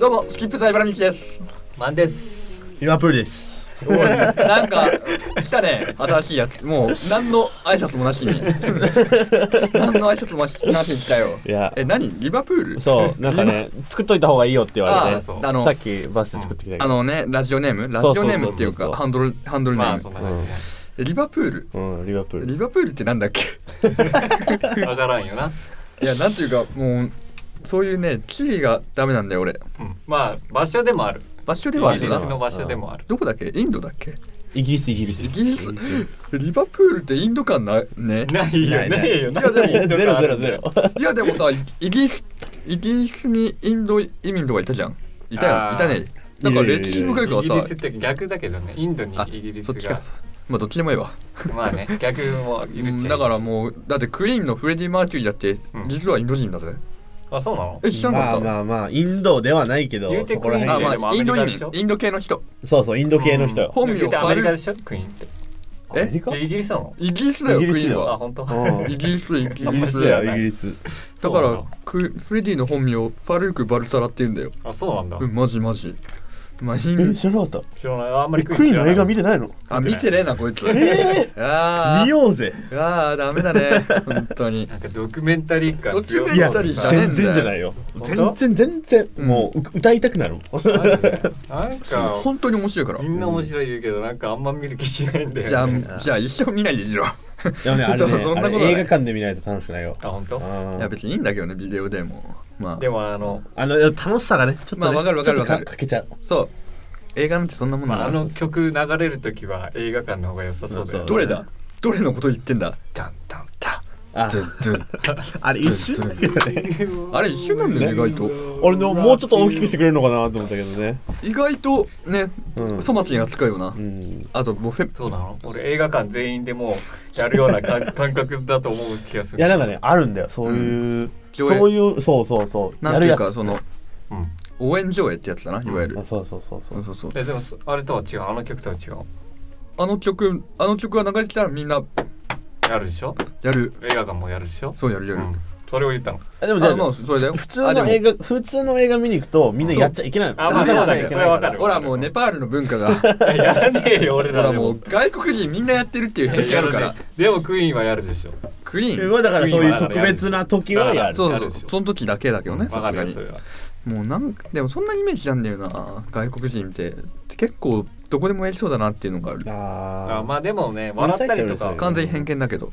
どうもスキップ財原美樹ですマンです。リバプールです。なんか来たね新しいやつもう何の挨拶もなしに何の挨拶もなしに来たよいやえ何リバプールそう、なんかね、作っといた方がいいよって言われあて、そうああのさっきバスで作ってきたけあど。のねラジオネームラジオネームっていうそうそうそうかそうハンドルハンドルネまあーそんムな感じねえリバプールうん、リバプール。リバプールってなんだっけわからんよな。いやなんていうかもうそういうね地理がダメなんだよ俺うんまあ場所でもある。場所イではあるギよリなスの場所でもある。どこだっけインドだっけイギリス、イギリス。イギリスリバプールってインド感ないねないよないないねえよな。いやでもゼロゼロゼロ。いやでもさイイギリスイギリスにインド移民とかいたじゃんいたよあーいたねなんかいるいる歴史深いからイギリさスって逆だけどね。インドにイギリスそっちかが。まあどっちでもいいわまあね、逆もいるっちゃいるうんしだからもうだってクイーンのフレディ・マーキュリーだってうん実はインド人だぜあ、そうなのえ知らなまかあったまあまあ、インドではないけど言う、てそこらまああ辺まあで。まあインド移アメリカ民でしイょンド系の人そうそう、インド系の人よ。本名言うてフアメァリカでルしょクイーンって。えアメリカえイギリスなのイギリスだよイクイギリスよーンあ、は本当。うんイギリスイギイギリリススだだよよ、イギリス。だかそうならのクフレディの本名ファルク・バルサラって言うんだよあ、そうなんだう。んマジマジまあインえ、知らなかっ知らない。あんまた。え、りクイーンの映画見ててないのあ見てねえなこいつえあーあ見ようぜ。ああダメだね本当 になんかドキュメンタリー感強そうドキュいメや、ンタリー全じゃねえんだよ然じゃないよ。本当全然、全然。うんもう、う歌いたくなるもん。なんか、本当に面白いからみんな面白い言うけど、なんかあんま見る気しないんだじゃよあね。じゃあ一生見ないでしろでもね、あ れそうねそんなあことなれい映画館で見ないと楽しくないよ。あ、本当。あいや別にいいんだけどねビデオでもまであもあの、あの楽しさがね、ちょっと、ね、まあわかるわかるわかるちょっとかけちゃう。そう映画なんてそんなものまあ、だあの曲流れるときは映画館の方が良さそうだよ。そうどれだどれのこと言ってんだダンダンたあドゥドゥあれ一瞬だけどね。あれ一緒なんだよね意外と俺のもうちょっと大きくしてくれるのかなと思ったけどね。意外とねうん。粗末に扱うよなうん。あともうフェそうなの俺映画館全員でもうやるような感感覚だと思う気がする。いやなんかね、あるんだよ、そういう、上映そういう、そうそうそう。なんていうやるやかつそのうん。応援上映ってやつだないわゆあるそうそうそうそそうう。そうそうえでもそあれとは違うあの曲とは違うあの曲あの曲が流れてたらみんなやるでしょやる映画館もやるでしょそうやるやるうんそれを言ったの あでもじゃあまああ、それだよ 普通のあでも映画、普通の映画見に行くと、みんなやっちゃいけないの。そうあまあそうだねやっちゃいけそなれいはわかからるほらもうネパールの文化がいややらねえよ俺ほららでももう外国人みんなやってるっていう偏見あ るからやらねえでもクイーンはやるでしょクイえーンまあだからそういう特別な時はやる。そうやそるうでしそょうその時だけだけどねさわかするがよにそれはもうなんかでもそんなイメージなんだよな外国人って結構どこでもやりそうだなっていうのがあるああーまあでもね笑ったりとうるさいっちゃうるかさ完全に偏見だけど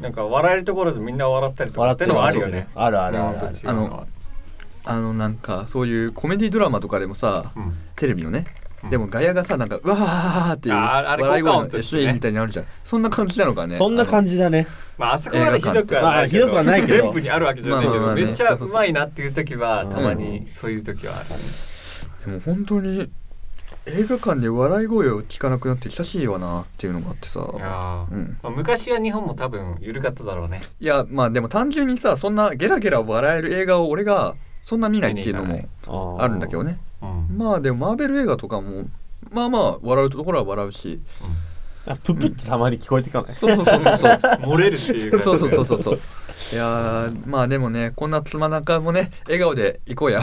なんか笑えるところでみんな笑ったりとか笑っっててのるはある人よねあるあるあるある。あのあのなんかそういうコメディドラマとかでもさうんテレビのねうんでもガヤがさなんかうわーっていうあーあれ笑い声の効果音としてね SE みたいになるじゃんそんな感じなのかねそんな感じだね。まああそこまでひどくはないけ映画館ってまあひどくはないけど全部にあるわけじゃないけまあまどあまあねめっちゃうまいなっていう時はそうたそうまにそういう時はあるじでも本当に映画館で笑い声を聞かなくなって久しいわなっていうのがあってさあーうんまあ昔は日本も多分緩かっただろうねいやまあでも単純にさそんなゲラゲラ笑える映画を俺がそんな見ないっていうのもああるんだけどねうんまあでもマーベル映画とかもまあまあ笑うところは笑うしあプップってたまに聞こえてかない、そうそうそうそうそう漏れるっていうかそうそうそうそうそういやーまあでもねこんなつまなかもね笑顔でいこうや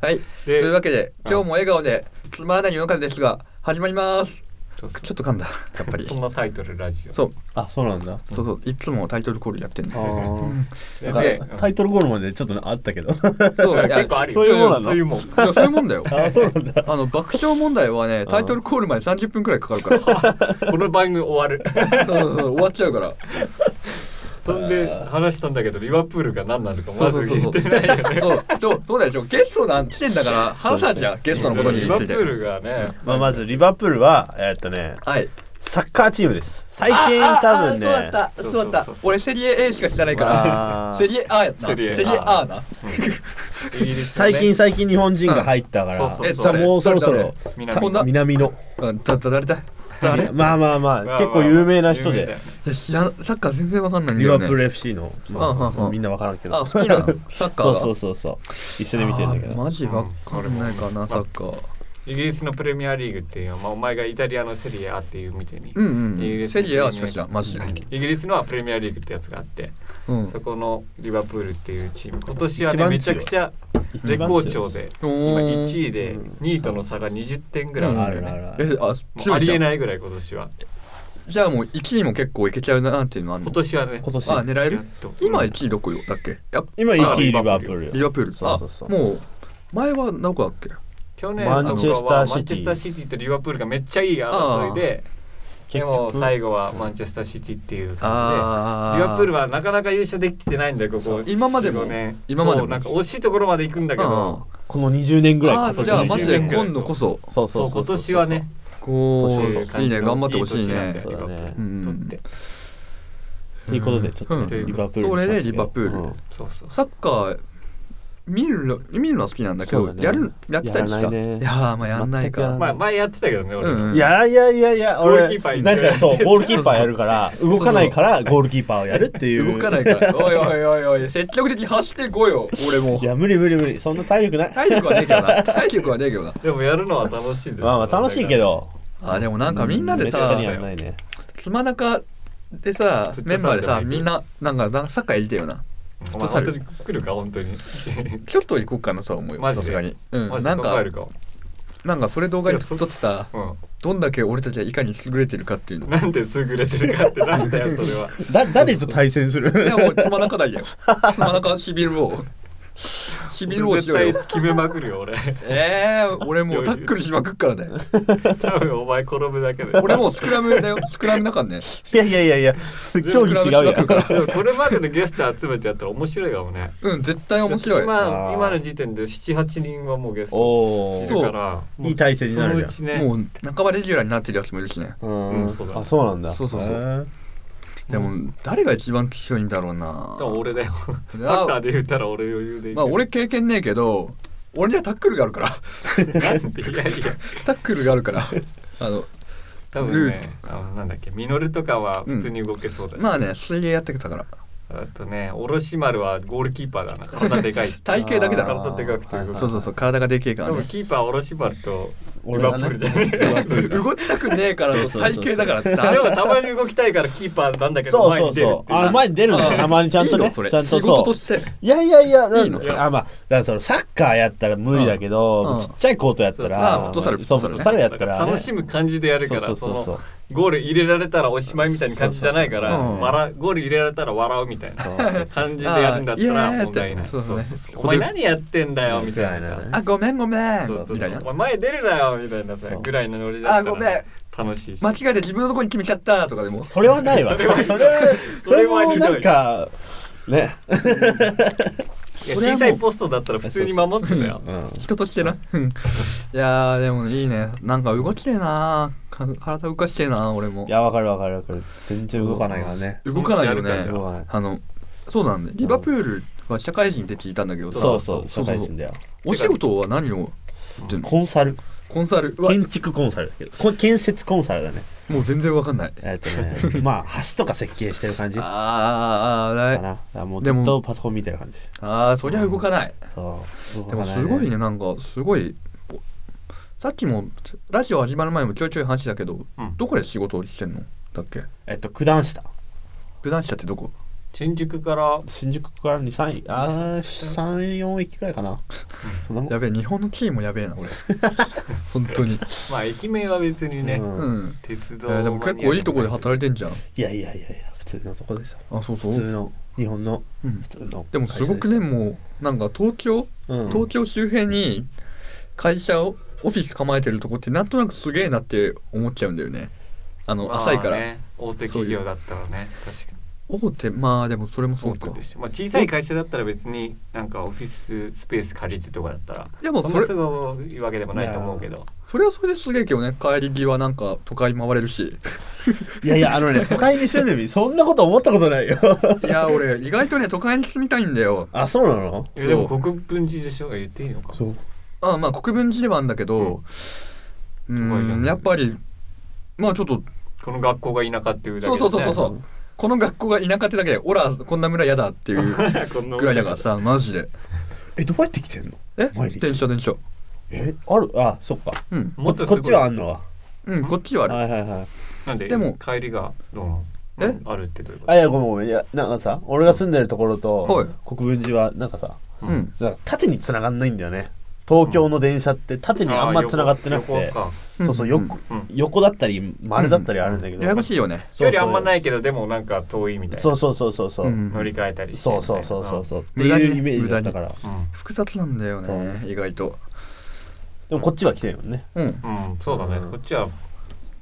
はいとでいうわけで今日も笑顔でつまらない世の中ですが始まりますそうそうちょっと噛んだやっぱりそんなタイトルラジオそうあそうなんだそうそういつもタイトルコールやってんのあでなんでかタイトルゴールまでちょっとねあったけどそういや結構あるよそういうもんなのそういうもんいやそういうもんだよあそうなんだあの爆笑問題はねタイトルコールまで30分くらいかかる かこの番組終わるらそうそうそう終わっちゃうからそんで話したんだけどリバプールが何なのかそまうずそうそうそ。聞いうてないよねそう、そう、そうだよ、ちょゲストなん、来てんだから、話したじゃん、ゲストのことにつリバプいて。ールがね まあまずリバプールはえーっとねはい。サッカーチームです最近多分ねあああそうだった、そうだっそうそうそうた。そう俺セリエ A しか知らないからあ。ーセリエ A やった。セセリリエエ A A な。イギリスのね最近最近日本人が入ったから、うんそうそうそうさあもうそろそろ南こんな南のうん、だ、だ、誰だ。誰。いまあまあままああまあ結構有名な人有名だでよねや、知らん、サッカー全然わかんないんだリよバね。プール FC のうまあそううんそううんみんなわからんけあ、ど好きなの。サッカーそうが。 そうそうそう一緒に見てんだけあーどマジわかんないかな、サッカー。イギリスのプレミアリーグっていうのは、まあ、お前がイタリアのセリエ A っていうみたいに、うんうイギんうリん。スのセプリレミエア A しか知らん、マジで。イギリスのはプレミアリーグってやつがあってうんそ。このリバプールっていうチーム今年は一ね番強いめちゃくちゃ一絶番好調でお今ー1位でうん2位との差が20点ぐらいああるよるね、あえるあもうありえいないぐらい今年はじゃあもう1位も結構いけちゃうなっていうのはあんの今年はね今年あ狙えやるっと今うん1位どこよだっけやっ今あ1位リリババププーールよリバプールそうそうそうあもう前は何個だっけ去年マあンのチェスターシティマンチェスターシティとリバプールがめっちゃいい争いででも結局最後はマンチェスターシティっていう感じあでリバプールははなかなか優勝できてないんだよここ今までも4年今までもそうなんか惜しいところまで行くんだけどこの20年ぐらいあ過去あじゃあマジで20年ぐらい今度こそそそうそううそう今年はねこそうそうういうう感いいじのね頑張ってほしいいい年なんだねよリバプールそうだねとってということでちょっとうねんリバプールそれでリにバプールうんそうそうサッカー見るの見るのは好きなんだけそどうだねやるやってたりしやらたないねいやーまあやんない全くやらかなまいあ前やってたけどね俺うんいやいやいやいや、ゴール俺キーパー、なんか そう、ゴールキーパーやるから、う動かないから、ゴールキーパーをやるっていう。動かないからおいおいおいおい積極的に走ってこいよ俺もいや、無理無理無理、そんな体力ない。体力はねえけどな体力はねえけどなでもやるのは楽しいですよまあまあ、楽しいけど。あでもなんかみんなでめっさちゃやんないね。暇中でさフットサルメンバーでさでも行くみんななんかなサッカーやりたいよなおフッ前トサル本当に来るか本当にちょっと行こうかなとは思うよマジさですがにうマんジなでん考えかるかなんかそれ動画に撮ってさうどんだけ俺たちはいかに優れてるかって いうのんなんで優れてるかってなんだよそ れはだ、誰と対戦すいるやもうつまなかだよつまなかしびる をしびるをし絶よう対よ決めまくるよ 俺ええー、俺もうタックルしまくっからだよ多分お前転ぶだけで俺もうスクラムだよスクラムだからねいやいやいやいや、競技違うや ん。でもこれまでのゲスト集めてやったら面白いかもねうん絶対面白いあ今ー今の時点で78人はもうゲストおいそーうるからういい体制になるじゃんそのうちねもう半ばレギュラーになってるやつもいるしねうんうんそうだあ、そうなんだ。そうそうそうへーでも誰が一番強いんだろうなでも俺だよいサやッカーで言ったら俺余裕でいけるまあ 俺経験ねえけど俺にはタックルがあるからなんでいやいやタックルがあるからあの多分ねあのなんだっけミノルとかは普通に動けそうだし、まあね水泳やってたからあとねおろし丸はゴールキーパーだな体でかい 体型だけだかろら体でかくて動くそうそうそう体がでけえから多ね分キーパーおろし丸とリ俺バだプねールじゃねえ動きたくねえからそうそうそう体そう型だから あでもだたまに動きたいからキーパーなんだけどそう前そにう出るそっう。ていうあ、前に出るね。たまにちゃんといいね。のちゃそんれと仕事そとう。していやいやいや、ないいんのあ、まあ、だからそのサッカーやったら無理だけうんうど、んちっちゃいコートやったそうそうら、あフットサルそうフットサルねフットサルやったらね、楽しむ感じでやるからそうそそうそうそうのゴール入れられたらおしまいみたいな感じじゃないかそうそらうそうそう笑ゴール入れられたら笑うみたいな感じでやるんだったあーイエーイら問題ないってそうそうねそうそうそうお前何やってんだよみたいなさみたいなねあごめんごめんそうそうそうみたいなお前前出るなよみたいなさそうぐらいのノリだったあごめんら楽しいし間違えて自分のとこに決めちゃったとかでもそれはないわ。そそれれははひどい、それそれはもひどいなんか、ね。いやそれはもう小さいポストだったら普通に守ってたようん人としてなうんいやーでもいいねなんか動きてえなか体動かしてえな俺もいや、わかるわかるわかる。全然動かないからね。動かないよやるねか動かない。あのそうなんだよリバプールは社会人って聞いたんだけどさそうそう、そ社うそう会人だよ。お仕事は何をってんのコンサル。コンサルうわ建築コンサルだけど。こ建設コンサルだね。もう全然わかんないえっと ね、まあ、橋とか設計してる感じかあーあーあーな。だからもうずでもっとパソコン見てる感じ。あーそりゃ動かない、そう。動でかなもすごいね。なんかすごいおさっきもラジオ始まる前もちょいちょい話だけど、うんどこで仕事をしてんのだっけえっと、九段下。九段下ってどこ新宿から新宿から2、3、あー、3、4駅くらいかな。そんなもんやべえ日本のチームもやべえな 俺本当にまあ駅名は別にねうんうん、鉄え道ーでも結構いいとこで働いてんじゃんいやいやいやいや、普通のとこですよ。あそうそ普通う、の、日本の、うん普、通の。でもすごくね、もうなんか東京うん、東京周辺に会社をオフィス構えてるとこってなんとなくすげえなって思っちゃうんだよねあの浅いから、まあね大手企業だったらね確かに大手まあでもそれもそ多うかくでしょまあ、小さい会社だったら別になんかオフィススペース借りてとかだったらでもそそれんなすごいわけでもないと思うけどそれはそれですげえけどね帰り際なんか都会回れるしいやいや、あの ね、都会に住んでみ、そんなこと思ったことないよ。 いや 俺意外とね都会に住みたいんだよあ、そうなのいやでも国分寺でしょ言っていいのかう。あまあ国分寺ではあるんだけどう都会じゃんないやっぱりまあちょっとこの学校が田舎っていうだそけうそうそうそうそうこの学校が田舎ってだけでオラこんな村嫌だって いううこんなぐらいだからさマジでえ、どうやって来てんのえ毎日電車電車え、あるあ、そっか。うんもっとすこごっいちはあんのは。うんこっちはあるはいはいはい。なんででも帰りがどうなのえうんあるってどういうこあ、いや、ごめんごめん。いや、なんかさ、俺が住んでるところはいと、国分寺は、なんかさ、うんだから縦に繋がんないんだよね東京の電車って縦にあんま繋がってなくあーて横、かそうそう横,、うん横だったり丸だったりあるんだけど、ややこしいよねそ距うそう離あんまないけどでもなんか遠いみたいなそうそうそうそうそう、うん乗り換えたりしてそうみたいそなうそうそうそうって無駄にいうイメージだったからうん複雑なんだよね意外とでもこっちは来てるよねうん、うんそうだねこっちは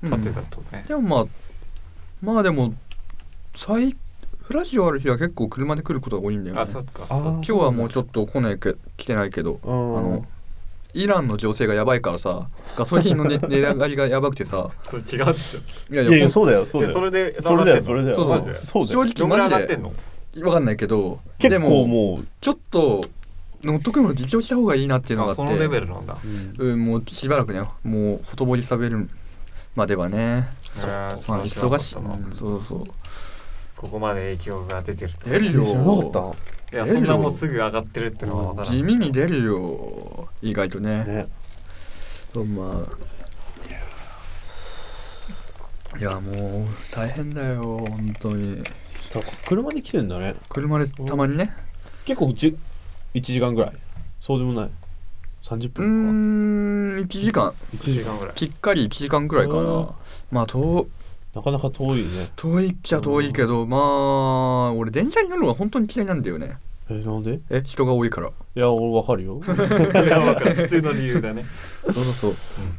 うん縦だとねでもまあまあでも最フラジオある日は結構車で来ることが多いんだよねあそっかあーそっか今日はもうちょっと来ないけ来てないけど、うんあのイランの情勢がやばいからさガソリンの、ね、値上がりがやばくてさそれ違うでしょいやいやいやほんそうだよそうだえよそれでそれだよそ上れだがってんのそうマジでよそうだ正どよ直んぐらマい上がっジてんでのわかんないけどで結構ももうちょっと乗っとくの自重した方がいいなっていうのがああってそのレベルなんだうん、もうしばらくねもうほとぼりさべるまではね、まあ、忙しい、いそうそうここまで影響が出てると出るよ知らなかっいや出るそよんなもうすぐ上がってるってのは分から地ん味に出るよ意外とねたねそうまあいやもう大変だよ本当にそうか車で来てんだね車でたまにね結構じゅ1時間ぐらいそうでもない30うー分ん1時間か1 1時時間間ぐらい きっかり1時間くらいかうんなまあ遠なかなか遠いね遠いっちゃ遠いけどまあ俺電車に乗るのが本当に嫌いなんだよねえなんでいえ人が多いからや俺わかる よそれは分かる普通の理由だねそうそうそう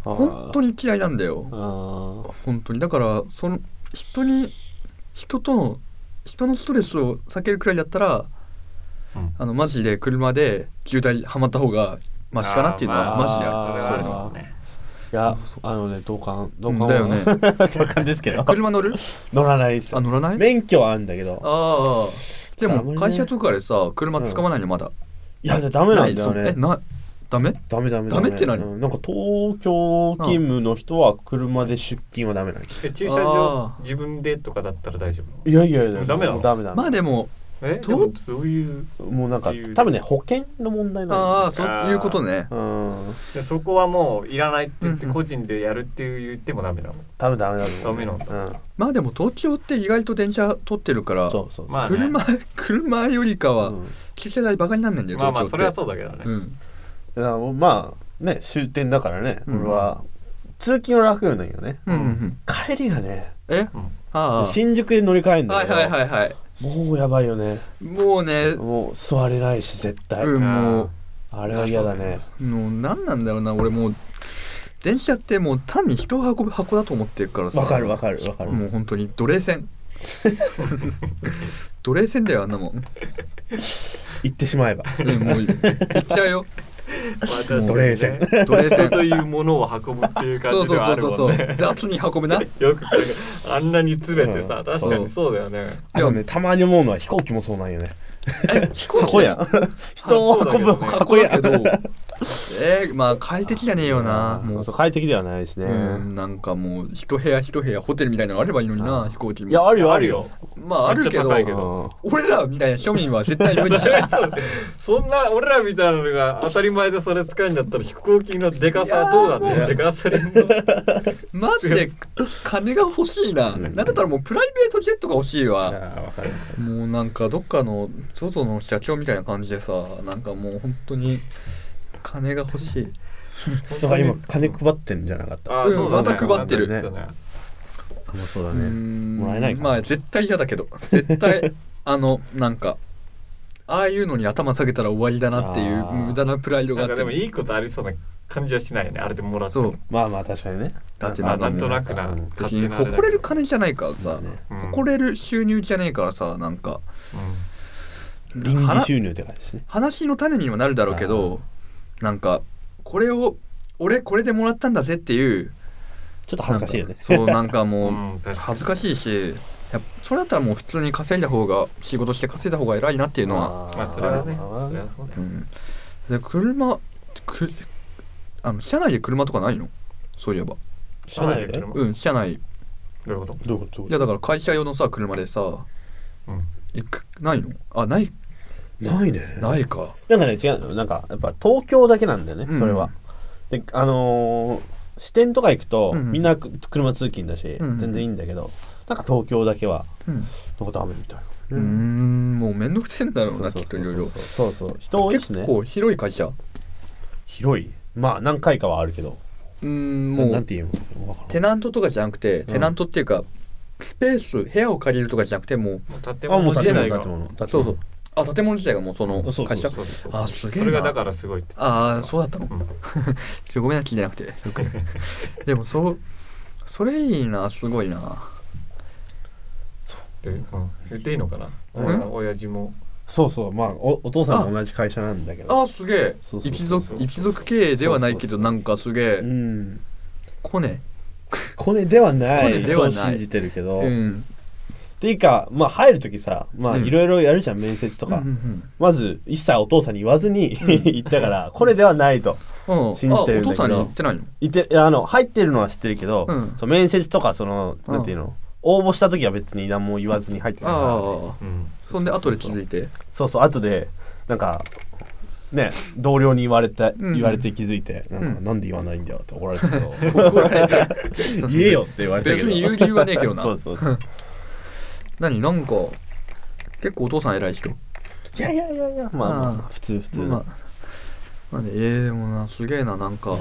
あー本当に嫌いなんだよあー本当にだからその人に人との人のストレスを避けるくらいだったら、うんあのマジで車で渋滞はまった方がマシかなっていうのはあーマジでまああるそそういれうのはあはるねいやあのね同感同うん感はだよね 同感ですけど車乗る乗らないですあよ乗らない免許はあるんだけどああでダメもね会社とかでさ車使わないのまだ、いやダメなんだよないねそうえなダメダメダメダメって何うんなんか東京勤務の人は車で出勤はダメなんですえ駐車あ場ー自分でとかだったら大丈夫いやいやいやダメなのもうダメダメ、まあでもえとでもどういうもうなんか理由多分ね保険の問題あなあんだそういうことねうんでそこはもういらないって言ってうんうん個人でやるって言ってもダメなの多分ダメだと思ダメうなんだうんまあでも東京って意外と電車取ってるからそうそうまあね車車よりかはうん聞けないバカになんないんだよまあ東ま京あってそれはそうだけどねうんだからまあね終点だからね、うん俺は通勤は楽なんだけどねうんうんうん帰りがねえうんああ新宿で乗り換えんだはいけど、はいはいはいもうやばいよねもうねもう座れないし絶対、うんもあれは嫌だねうもう何なんだろうな俺もう電車ってもう単に人を運ぶ箱だと思ってるからさわかるわかるわかる、もう本当に奴隷 船奴隷船だよあんなもん、行ってしまえばうんもう行っちゃうよ 奴隷船奴隷人船というものを運ぶっていうそ感うじそうでそはあうるそうそもんうね雑に運ぶなよくあんなに詰めてうさん確かにそうだよねあとねたまに思うのは飛行機もそうなんよね飛箱やん人を運ぶ箱箱やだけんどえー、まあ快適じゃねえよなもうそう快適ではないしね、うん、なんかもう一部屋一部屋ホテルみたいなのあればいいのにな飛行機もいやあるよああるるよよまああるけめっちゃど高いけどう俺らみたいな庶民は絶対無理じゃんそんな俺らみたいなのが当たり前でそれ使うんだったら飛行機のでかさはどうなんだよいやーでかされんのマジで金が欲しいな、なんだったらもうプライベートジェットが欲しいんいわやわかるもうなんかどっかの ZOZO の社長みたいな感じでさなんかもう本当に金が欲しいだから今金配ってんじゃなかったあーそうだねまた配ってるなんかねもうそうだうーんもらえないかまあ絶対嫌だけど絶対あのなんかああいうのに頭下げたら終わりだなっていうあー無駄なプライドがなあんってかでもいいことありそうな感じはしないよねあれでもらってそもうまあまあ確かにねだってまあななんんかともうなくなうん別勝手ににあれだけど誇れる金じゃないからさ、ねうん誇れる収入じゃねえからさなんかう臨時収入って感じですね話の種にはなるだろうけどなんかこれを俺これでもらったんだぜっていうちょっと恥ずかしいよねそうなんかもう、ん うん確か恥ずかしいしやっぱそれだったらもう普通に稼いだ方が仕事して稼いだ方が偉いなっていうのは、にまあそれはねあそれーはそうだうよん、で車くあの車内で車とかないのそういえば社内でどうん車内いういうことどういうことどういうことやだから会社用のさ車でさうん行くないのあないないねないかなんかね違うのなんかやっぱ東京だけなんだよね、うんそれはであのー支店とか行くと、うんみんなく車通勤だし、うん全然いいんだけどなんか東京だけはうんなんかダメみたいな、うーんもうめんどくせえんだろうそなうきっとそうそいうろいろそうそうそう人多いし結ね構広い会社広いまあ何回かはあるけどうんももうなうんていうのわからんテナントとかじゃなくてテナントっていうかスペース部屋を借りるとかじゃなくてもうもう建あも物う自建体物建が物建物そうそうあ建物自体がもうそのそうそう会社そうそうあすげえそれがなだからすごいってああそうだったの、 うんちょごめんな聞いてなくて でもそうそれいいなすごいなでうん言っていいのかな俺の親父もそうそうまあおお父さんも同じ会社なんだけどあーすげえそうそうそう一族一族経営ではないけどなんかすげうえんコネコネではないコネではないと信じてるけど、うっんていうかまあ入る時さまあうんいろいろやるじゃん面接とか、うんうんまず一切お父さんに言わずに 言っ たからコネではないとうん、うん、信じてるんだけどあお父さんに言ってないの言っていやあの入ってるのは知ってるけど、うんそう面接とかそのうんなんていうの応募した時は別に何も言わずに入ってたからああうんそんで後で気づいてそうそう後でなんかね同僚に言われて、うん言われて気づいてなんか、うんなんで言わないんだよって怒られたけど 怒られた 言えよって言われたけど別に言う理由はねえけどな そうそうそう何なんか結構お父さん偉い人いやいやいやいやまあ、まあああ普通普通、まあまあねえー、でもなすげえななんか、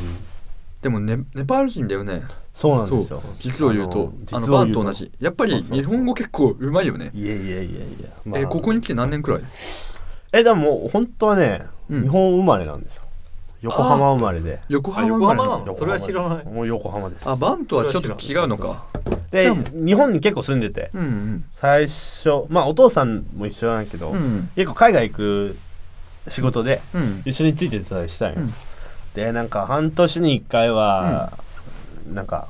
でもネネパール人だよねそうなんですよ実を言うとああのの実をバ言ンうとと同じやっぱそりうそうそう日本語結構うまいよねいやいやいやいや、まあえここに来て何年くらいえでももう本当はね、うん日本生まれなんですよ横浜生まれで横あ浜生横まれ浜ななののそれは知らないもう横浜ですあバンとはちょっと違うのかじでゃあも日本に結構住んでてうん最初まあお父さんも一緒なんだけど、うんうん結構海外行く仕事でうん一緒についてたりしたんよ、うんでなんか半年に1回は、なんか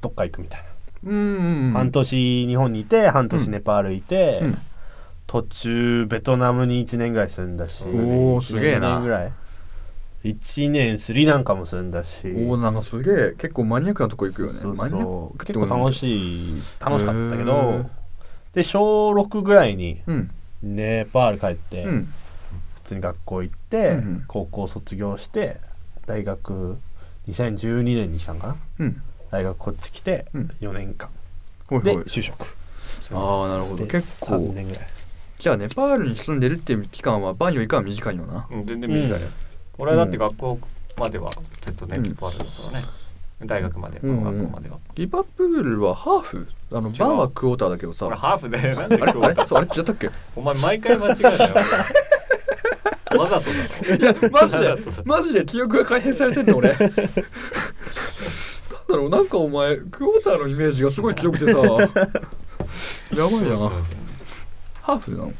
どっか行くみたいな、うんうん半年日本にいて半年ネパールいて、うん途中ベトナムに1年ぐらい住んだしおーすげえな1年ぐらい1年スリランカも住んだしおおなんかすげえ結構マニアックなとこ行くよねそうマニアッそうクってこ結構と楽いしい楽しかったけへどーで小6ぐらいにうんネパール帰って、うん普通に学校行って、うんうん高校卒業して大学2012年にしたんかなうん大学こっち来てうん4年間、ほいでほい就職ああなるほどで結3構年ぐらいじゃあネパールに住んでるっていう期間はバンよりかは短いのなうん全然短いよ、うん俺はだって学校まではずっとね、うんネパールだからね大学まで、うんうん学校まではリバプールはハーフあの違うバンはクォーターだけどさ俺あハーフだよなんで今れあ日れそうあれ違ったっけお前毎回間違えたよ俺わざとだろいやマジでわざとだマジで記憶が改変されてんの俺なんだろうなんかお前クォーターのイメージがすごい強くてさやばいなハーフなの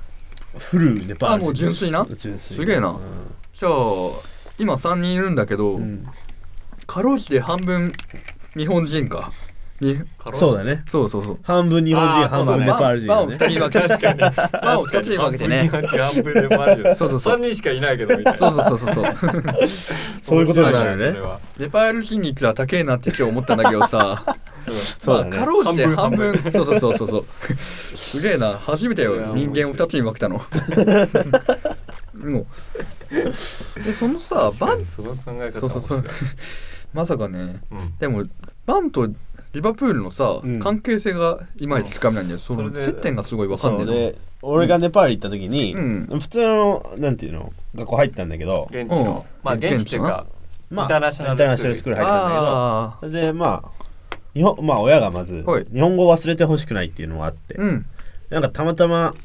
フルネパールあもう純粋な純粋すげえなうんじゃあ今3人いるんだけど、うんかろうじて半分日本人かにそうだねそうそうそう半分日本人あー半そう分だねネパール人バンをだ2ね人に分けて確かにバンを2人に分けてね半分半分でマジでそうそうそう3人しかいないけどみたいなそうそうそうそうそうそういうことになる面よね白いネパール人に行ったら高えなって今日思ったんだけどさ、そそうだねまあ、かろうじて半半分分そうそうそうそうそうすげえな初めていやよ人間を二つに分けたのもうでそのされはバンその考え方そうそうそう面白いまさかねうんでもバンとリバプールのさ、うん関係性がいまいちつかめないんだよそのそれで接点がすごい分かんねそえうので俺がネパール行った時に、う普通のなんていうの学校入ったんだけど現地のうんまあ現地っていうかインターナショナルインターナショナルスクール入ったんだけどああでまあ日本まあ親がまずはい日本語を忘れてほしくないっていうのがあって、うんなんかたまたま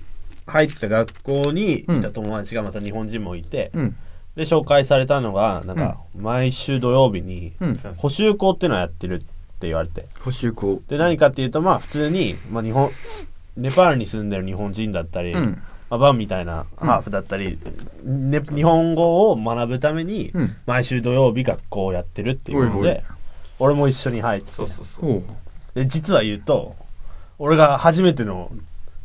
入った学校にいた友達がまた日本人もいて、うんで紹介されたのがなんか毎週土曜日にうん補習校っていうのをやってるって言われて補修校で何かっていうとまあ普通に、まあ、日本ネパールに住んでる日本人だったり、うんまあ、バンみたいなハーフだったり、ね、日本語を学ぶためにうん毎週土曜日学校をやってるっていうのおいで、おい俺も一緒に入ってそうそうそうほで実は言うと俺が初めての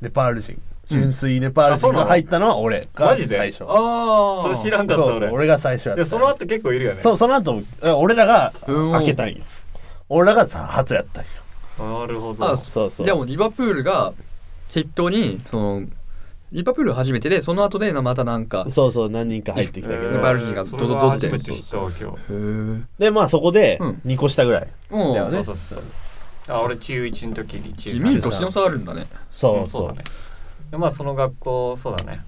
ネパール人純粋ネパール人が入ったのは俺がマジで最初うああそれ知らんかったそうそう俺俺が最初やっでたその後結構いるよねそうその後俺らがうん開けたんよ俺らがさ初やったんよなるほどあそうそうじゃあもうリバプールが筆頭にそのリバプール初めてでその後でまたなんかそうそう何人か入ってきたけネどパール人がドドドってそれは初めて知ったわ今日へえうんでまあそこでうん2個下ぐらいだよ君ねそうそうそうあ俺中1の時に中に3年の差あるんだねそううんそうそだねでまあその学校そうだね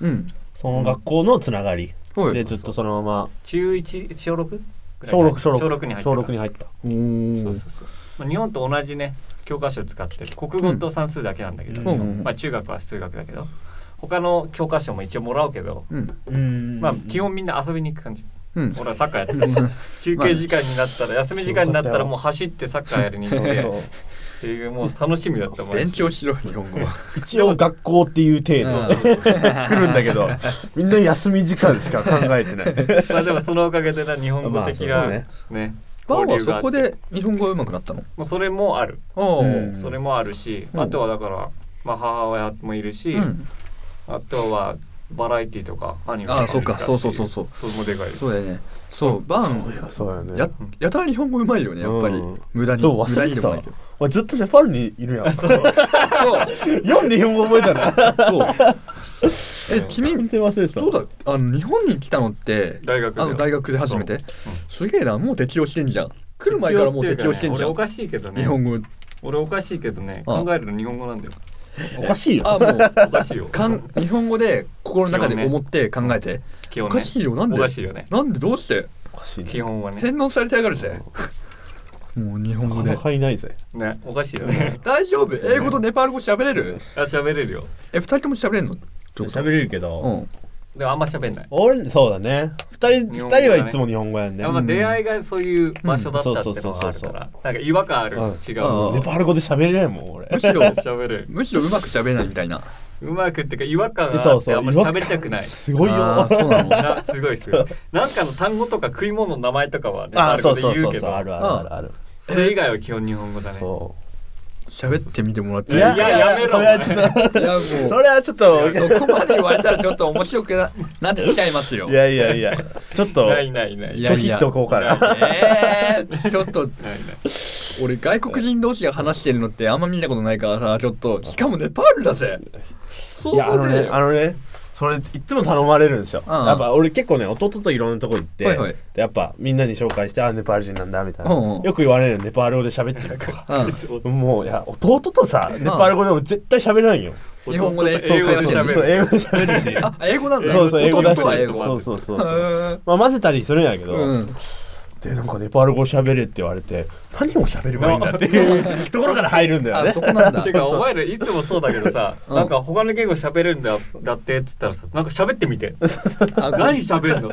うんうそのん学校のつながりはいでずっとそのまま中1小 6? 小6小6小6に入った小6に入ったおそーうそうそう、まあ、日本と同じね教科書使ってる国語と算数だけなんだけど、うんうんまあ、中学は数学だけど他の教科書も一応もらうけど、うんうんまあ、基本みんな遊びに行く感じうん 俺はサッカーやってたし休憩時間になったら休み時間になったらもう走ってサッカーやりに行っそうてそうっていうもう楽しみだったもん勉強しろ日本語は一応学校っていう体うんで来るんだけどみんな休み時間しか考えてないまあでもそのおかげでな日本語的まなあそうねね,、バンは交流そがあってこで日本語が上手くなったのもうそれもある、ああうんそれもあるし、うんあとはだから、まあ、母親もいるし、うんあとはバラエティとかアニメとあかあそうか見たっていそうそうそうそうそれもでかいですそうだよねそうバンそうやねややたら日本語うまいよねやっぱりうん無駄にそう忘れて無駄にでもたないけど俺ずっとネパールにいるやん読んで日本語覚えたらそうそうえ君全然忘れてたそうだあの日本に来たのって大学であの大学で初めてすげえなもう適応してんじゃん来る前からもう適応してんじゃ俺おんかしいけどね日本語俺おかしいけどねあ考えるの日本語なんだよおかしいあよもうおかし いよかん日本語で心の中で思って考えて基お本ねかしいよなんでおかしいよねなんでどうしておかしい基本はね洗脳されてやがるぜもう日本な語かでなかいないぜねおかしいよね大丈夫英語とネパール語喋れるあ喋れるよえ二人とも喋れんの喋れるけうどんでもあんま喋んない俺そうだね二日人二本語だ人ねはいつも日本語やんねやっぱ出会いがそういう場所だったってうんのがあるかそうそうそうそうらなんか違和感あるうん違うあネパール語で喋れないもん俺むしろ喋れるむしろうまく喋れないみたいなうまくっていうか違和感でがあそうってそあうんまり喋りたくないすごいあよーそうなのなすごいすごいなんかの単語とか食い物の名前とかはねああーるそこうそとう言そううけそうどあるあるあるあるそれ以外は基本日本語だねそ喋ってみてもらってういいやいややめろそれはちょっいやもうと それはちょっとそこまで言われたらちょっと面白 くななってきちゃいますよいやいやいやちょっとないないないいないや拒否っとこうかなえー、ちょっとない俺外国人同士が話してるのってあんま見たことないからさちょっとしかもネパールだぜそういやそあうのねであのねそれいつも頼まれるんですよ、うんうんやっぱ俺結構ね弟といろんなとこ行って、はいはいでやっぱみんなに紹介して「あネパール人なんだ」みたいな、うんうんよく言われるよネパール語で喋って るかうんらもういや弟とさネパール語でも絶対喋らんよ、日本語で弟と英語そでうそう喋そうる英語で喋るしあ英語なんだそうそう英語弟だとは英し語そうそうそうへそうーまあ混ぜたりするんやけど、うんでなんかネパール語喋れって言われて何を喋ればいいんだっていうところから入るんだよあねそこなんだ てかお前らいつもそうだけどさうんなんか他の言語喋るんだだってっつったらさなんか喋ってみ てあごめん何喋るの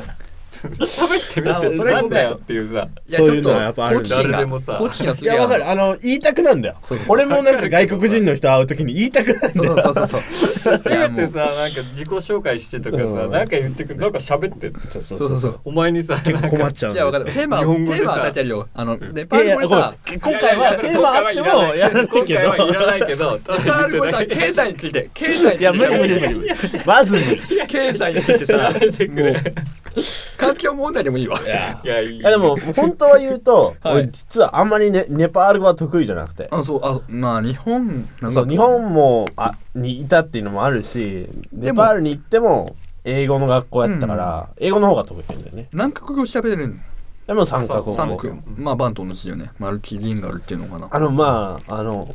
喋ってあもみうてそれなんだよっていうさいやちそうょいっうとのはやっぱある好ん奇だ心誰がでもさ好奇心がすいげえやわかあるあの言いたくなんだよそうそうそう俺もなんか外国人の人会う時に言いたくなんだそうよそうそうそうそうせいやめもてうさなんか自己紹介してとかさうなんんか言ってくるなんか喋ってそうそそうそうそうお前にさなんか困っちゃうんいですやわよかるテーマテ日本語でさーマは与えてるよあのネパいやいールや語ごめんでさ今回はテーマあってもやらないけ今ど回はいらないけどネパー ル語でさ経済について経済についていや無理無理無理無理まず無理い経済についてさてくれもう環境問題でもいいわやいやいいいやでも本当は言うと、はい俺実はあんまりねネパール語は得意じゃなくてあそうあまあ日本なんそかう日本もあにいたっていうのもあるしネパールに行っても英語の学校やったから、英語の方が得意なんだよね何カ国語喋れるのでも三角語三国まあバンと同じだよねマルチリンガルっていうのかなあのまああの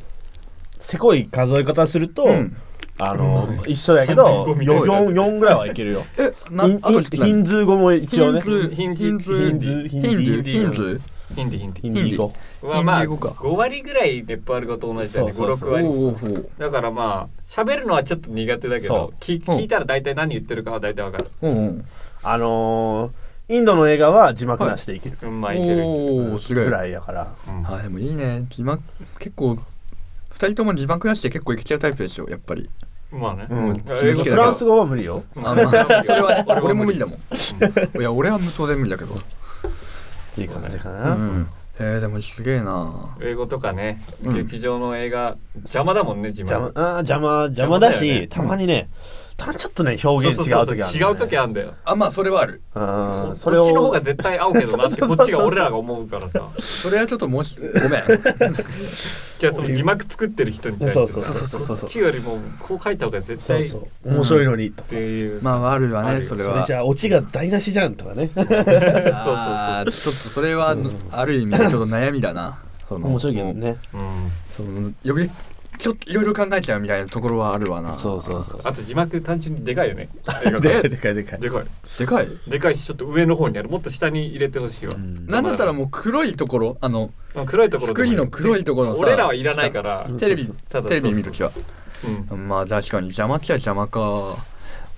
せこい数え方すると、うんあの一緒やけ三点ど五みたいな4ぐらいはいけるよえなあヒンといくつなヒンズー語も一応ねヒンズーヒンズヒンズヒンズーーヒヒンンズズーーヒンズーヒンディヒンデヒィンディー語はまヒあンディー語か5割ぐらいネパール語と同じだよねそうそうそ56うおう割おうおうだからまあ喋るのはちょっと苦手だけどそう聞うん聞いたら大体何言ってるかは大体わかるうんうんあのー、インドの映画は字幕なしでいけるうんまあいけるおおすごいぐらいやから、うんあでもいいね字幕結構二人とも字幕なしで結構いけちゃうタイプでしょやっぱり まあねうんいや気英をつ語フけなきゃランス語は無理よあまあそれはね俺俺もも無無理理だもんいや俺は当然無理だけどっていう感じかうな、んえーでもすげえな英語とかねうん劇場の映画邪魔だもんね自邪魔あ分ー邪魔邪魔だし邪魔だよねたまにねたちょっとね表現違う時ある、ね、違う時ああんだよあまあそれはあるるそそれっをちの方が絶対合うけ どなってこっちが俺らが思うからさそれはちょっともしご めんじゃあその字幕作ってる人に対してそうさそうそうそうそこっうちよりもこう書いた方が絶そう対っそう面白いのに、ていうまああるわあるねよそれそれはじゃあオチが台無しじゃんとかねあーちょっとそれはある意味ちょっと悩みだなその面白いけどねうんそのよりちょっといろいろ考えちゃうみたいなところはあるわなそうそうそうあと字幕単純にでかい よね。ででかいでかいでかい。でかいでかいし、ちょっと上の方にある。もっと下に入れてほしいわ。なんだったらもう黒いところあのまあ黒いところでもい服いにの黒いところのさ俺らはいらないから。下テレビただテレビ見るきはうん。まあ確かに邪魔っちゃ邪魔か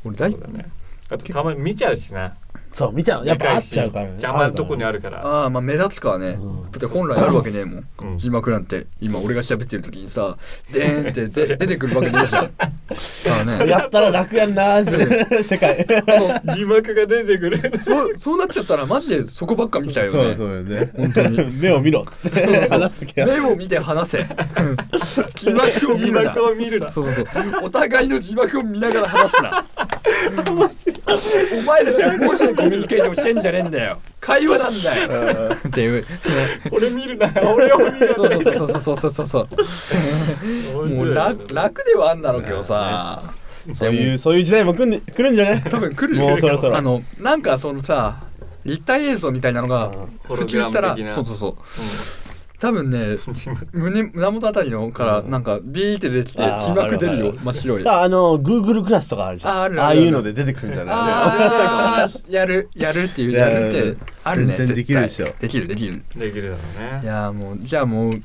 俺そ大うだね。あとたまに見ちゃうしな。そう見ちゃうやっぱ合っちゃうからね邪魔なとこにあるから。ああまあ目立つからね、うんだって本来あるわけねえもん、うん字幕なんて今俺が喋ってる時にさでーんってで出てくるわけねえじゃんだからね やったら楽やんなー世界字幕が出てくる。そうそうなっちゃったらマジでそこばっか見ちゃうよねうよね本当に目を見ろっつって話すときは目を見て話せ字幕を見字るな幕を見るな。そうそうそうお互いの字幕を見ながら話すなお前らじゃ文字でコミュニケーションしてんじゃねえんだよ会話なんだよっていう俺見るな。 俺を見るそうそうそうそうそうそうそうな。もう楽楽ではあんだろうけどさ、そういうそういう時代も来んで来るんじゃない多分来るよもうそろそろあのなんかそのさ立体映像みたいなのがホ普ログ及ラしムたら的なそうそうそう多分ねうん字幕胸胸元あたりのからなんかビーって出てきてあー字幕出るよわかるわか真っ白いだからあの Google クラスとかあるじゃんああるあるああいうので出てくるんじゃないあーやるやるっていうやるっやるやてるあるね全然できるでしょ絶対できるできるできるだろういね。やーもうじゃあもう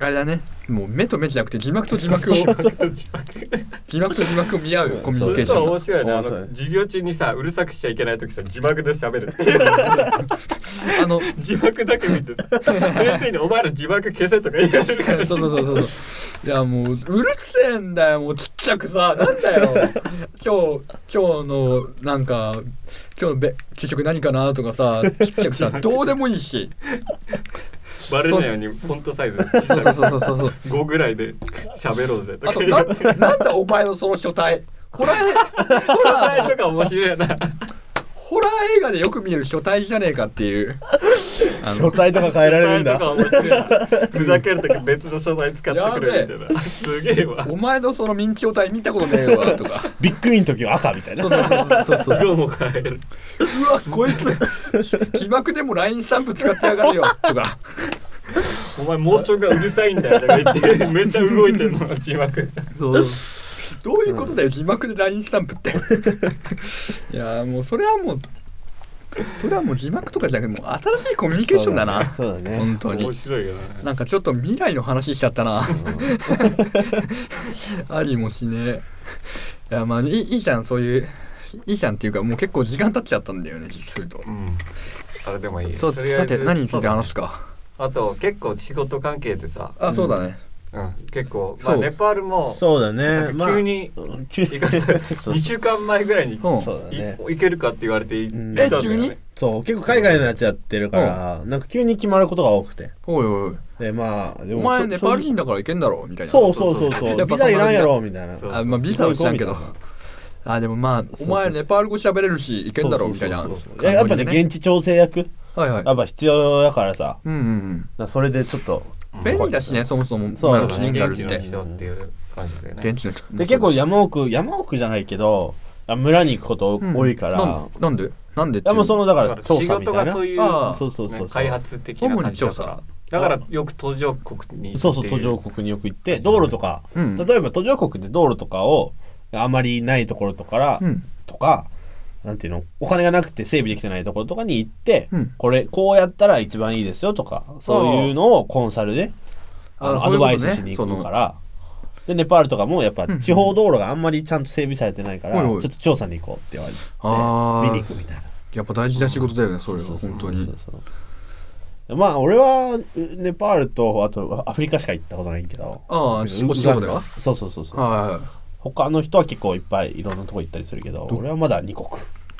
あれだねもう目と目じゃなくて字幕と字 幕を字幕と字幕を見合うコミュそニケーれシとはョ面ン白いね。あ面白のい授業中にさ、うるさくしちゃいけない時さ、字幕で喋るって いう。あの字幕だけ見てさ、先生にお前ら字幕消せとか言われる かそうら。そうそうそうそういやもううるせえんだよもうちっちゃくさなんだよ今日今日のなんか今日のべ給食何かなとかさちっちゃく さどうでもいいしバレないようにフォントサイズ小そうそさうそうそうそうそう5ぐらいで喋ろうぜとあとか言 なっんなんだお前のその書体ホラーホラーとか面白いな。ホラー映画でよく見る書体じゃねえかっていうあ書の体とか変えられるんとかだ面白いな。ふざけるとき別の書材使ってくれるみたいな。すげえわ。お前のその民調体見たことねえわとかビッグインの時は赤みたいなそうそうそうそうそう 色も変える。うわこいつ字幕でも LINE スタンプ使ってやがるよとかお前モーションがうるさいんだよとか言 って、めっちゃ動いてるの、字幕。そうどういうことだよ字幕で LINE スタンプって いやーもうそれはもうそれはもう字幕とかじゃなくてもう新しいコミュニケーションだなそうだね本当面に白いよね。なんかちょっと未来の話しちゃったなありもしねえいやまあいいいいじゃんそういういいじゃんっていうかもう結構時間経っちゃったんだよね実際とうん。あれでもいいよ。そうとりあさえずて何について話すかあと結構仕事関係でさ、あそうだねうん、結構、まあ、そうネパールもそうだなねんまかあ急に急行にかせ て、そう2週間前ぐらいに、いうん そうだね行けるかって言われて行ったんだよえ急にね。そう結構海外のやつやってるからなんか急に決まることが多くておいおいでまあでおも前そネパール人だからいけんだろみたいなそうそうそうそうやっぱビザいらんやろみたいなそうあまあビザは知らんけど すごいゴミだあでもまあお前ネパール語喋れるしいけんだろみたいなそうそうそうそうややっぱね感じで現地調整役はいはいやっぱ必要だからさうんうんなそれでちょっとうん便利だしねそもそもそう今のだね気ねになるっ現地のて人っていう感じでね。現地の人で結構山奥山奥じゃないけどあ村に行くことうん多いから、なんいなんでなんでっていやもうそのだかだからら調仕査み事たがいなそういう、あそうそうそうそねう開発的な感じだから主に。だからよく途上国に行って。そうそう途上国によく行って道路とか、うん例えば途上国で道路とかをあまりないところとかから、うんとかなんていうのお金がなくて整備できてないところとかに行って、うんこれこうやったら一番いいですよとかそういうのをコンサルであのあそアういうこドとバねイスしに行くから。でネパールとかもやっぱんうん地方道路があんまりちゃんと整備されてないから、おいおいちょっと調査に行こうって言われてあー見に行くみたいなやっぱ大事な仕事だよねそれは本当そにうそうそうまあ俺はうネパールとあとアフリカしか行ったことないけどああうしお仕事ではウガンダそうそうそうそうはい他の人は結構いっぱいいろんなとこ行ったりするけどど俺はまだ2国